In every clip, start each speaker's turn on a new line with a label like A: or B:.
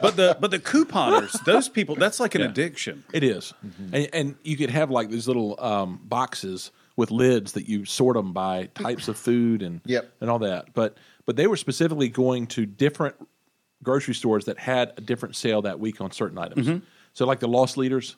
A: but the but the couponers, those people, that's like an addiction.
B: It is. and, and you could have like these little um, boxes with lids that you sort them by types of food and
C: Yep.
B: and all that. But but they were specifically going to different grocery stores that had a different sale that week on certain items. So like the lost leaders,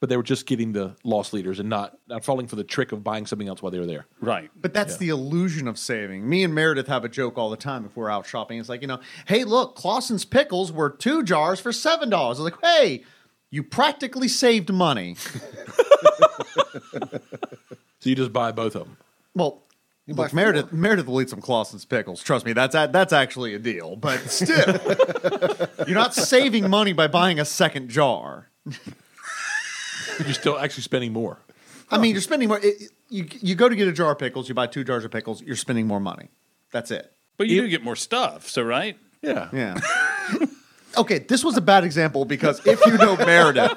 B: but they were just getting the lost leaders and not not falling for the trick of buying something else while they were there.
A: Right.
D: But that's the illusion of saving. Me and Meredith have a joke all the time if we're out shopping. It's like, you know, hey, look, Clausen's pickles were two jars for seven dollars. Like, hey, you practically saved money.
B: So you just buy both of them.
D: Well,
C: buy
D: look,
C: four.
D: Meredith Meredith will eat some Clausen's pickles. Trust me, that's a, that's actually a deal. But still, you're not saving money by buying a second jar.
B: You're still actually spending more.
D: I mean, you're spending more. It, you you go to get a jar of pickles, you buy two jars of pickles, you're spending more money. That's it.
A: But you do get more stuff. So right.
B: Yeah.
D: Yeah. okay, this was a bad example because if you know Meredith,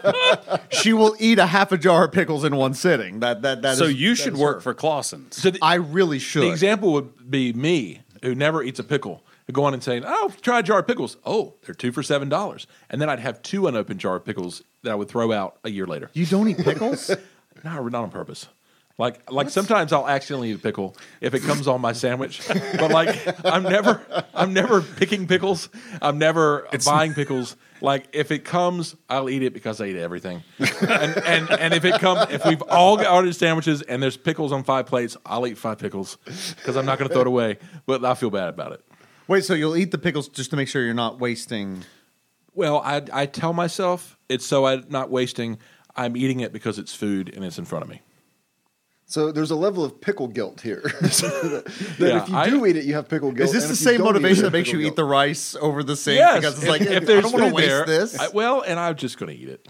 D: she will eat a half a jar of pickles in one sitting. That that that.
A: so
D: is-
A: you
D: that
A: should
D: is
A: work
D: her.
A: for Clausen's.
B: So the,
D: I really should.
B: the example would be me, who never eats a pickle, going and saying, "Oh, try a jar of pickles. Oh, they're two for seven dollars," and then I'd have two unopened jar of pickles that I would throw out a year later.
D: You don't eat pickles.
B: No, not on purpose. Like, like sometimes I'll accidentally eat a pickle if it comes on my sandwich. But like, I'm never, I'm never picking pickles. I'm never buying pickles. Like, if it comes, I'll eat it because I eat everything. And and, and if it comes, if we've all got ordered sandwiches and there's pickles on five plates, I'll eat five pickles because I'm not going to throw it away. But I feel bad about it.
D: Wait, so you'll eat the pickles just to make sure you're not wasting.
B: Well, I I tell myself it's so I'm not wasting. I'm eating it because it's food and it's in front of me.
C: So there's a level of pickle guilt here. that
B: Yeah,
C: if you
B: I-
C: do eat it, you have pickle guilt.
D: Is this
C: and
D: the
C: if you
D: same
C: don't eat it,
D: motivation that
C: have
D: makes you
C: pickle
D: eat
C: guilt.
D: the rice over the sink?
B: Yes,
D: because it's
B: if-
D: like
B: if
D: I
B: there's
D: don't want to
B: food
D: waste
B: there,
D: this.
B: I- well, and I'm just going to eat it.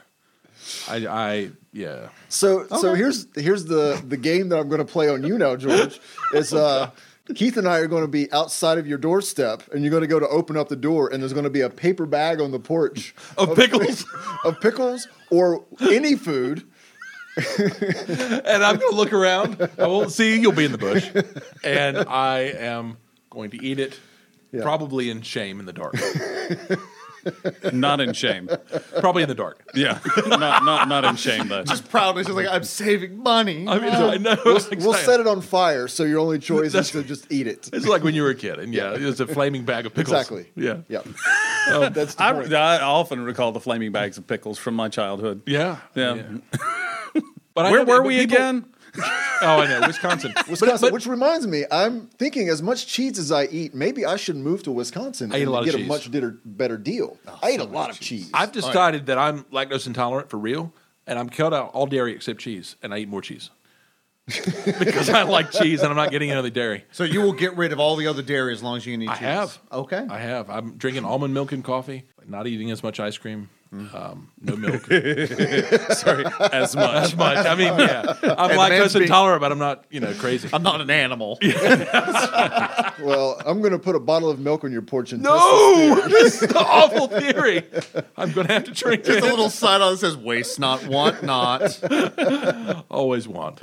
B: I, I yeah.
C: So so here's here's the the game that I'm going to play on you now, George. Is uh, Keith and I are going to be outside of your doorstep, and you're going to go to open up the door, and there's going to be a paper bag on the porch
B: Of pickles.
C: of pickles or any food.
B: and I'm going to look around. I won't see you. You'll be in the bush, and I am going to eat it.
C: Yeah.
B: Probably in shame in the dark.
A: Not in shame.
B: Probably in the dark.
A: Yeah. Not not not in shame though.
D: just proudly, she's like, "I'm saving money."
B: I mean, I know.
C: We'll set it on fire, so your only choice is to just eat it.
B: It's like when you were a kid, and yeah, it's a flaming bag of pickles.
C: Exactly.
B: Yeah.
C: Yeah. That's the
A: I,
C: point.
A: I often recall the flaming bags of pickles from my childhood.
B: Yeah.
A: Yeah.
B: But
A: Where
B: I know-
A: were
B: but
A: we
B: people-
A: again?
B: Oh, I know. Wisconsin.
C: Wisconsin, which reminds me, I'm thinking as much cheese as I eat, maybe I should move to Wisconsin
B: I eat a
C: and
B: lot of
C: get a
B: cheese.
C: much ditter, better deal. I ate a lot of cheese.
B: I've decided that I'm lactose intolerant for real, and I'm cut out all dairy except cheese, and I eat more cheese because I like cheese, and I'm not getting any other dairy.
D: so you will get rid of all the other dairy as long as you can eat.
B: I
D: cheese.
B: have.
D: Okay.
B: I have. I'm drinking almond milk and coffee. Not eating as much ice cream. Um, no milk.
A: Sorry, as much.
B: As much. I mean, yeah. I'm
D: the man's
B: lactose
D: being-
B: intolerant, but I'm not, you know, crazy.
D: I'm not an animal.
C: Well, I'm going to put a bottle of milk on your porch and
B: no, this is the awful theory. I'm going to have to drink
D: There's a
B: it.
D: little sign on that says "Waste not, want not."
B: Always want.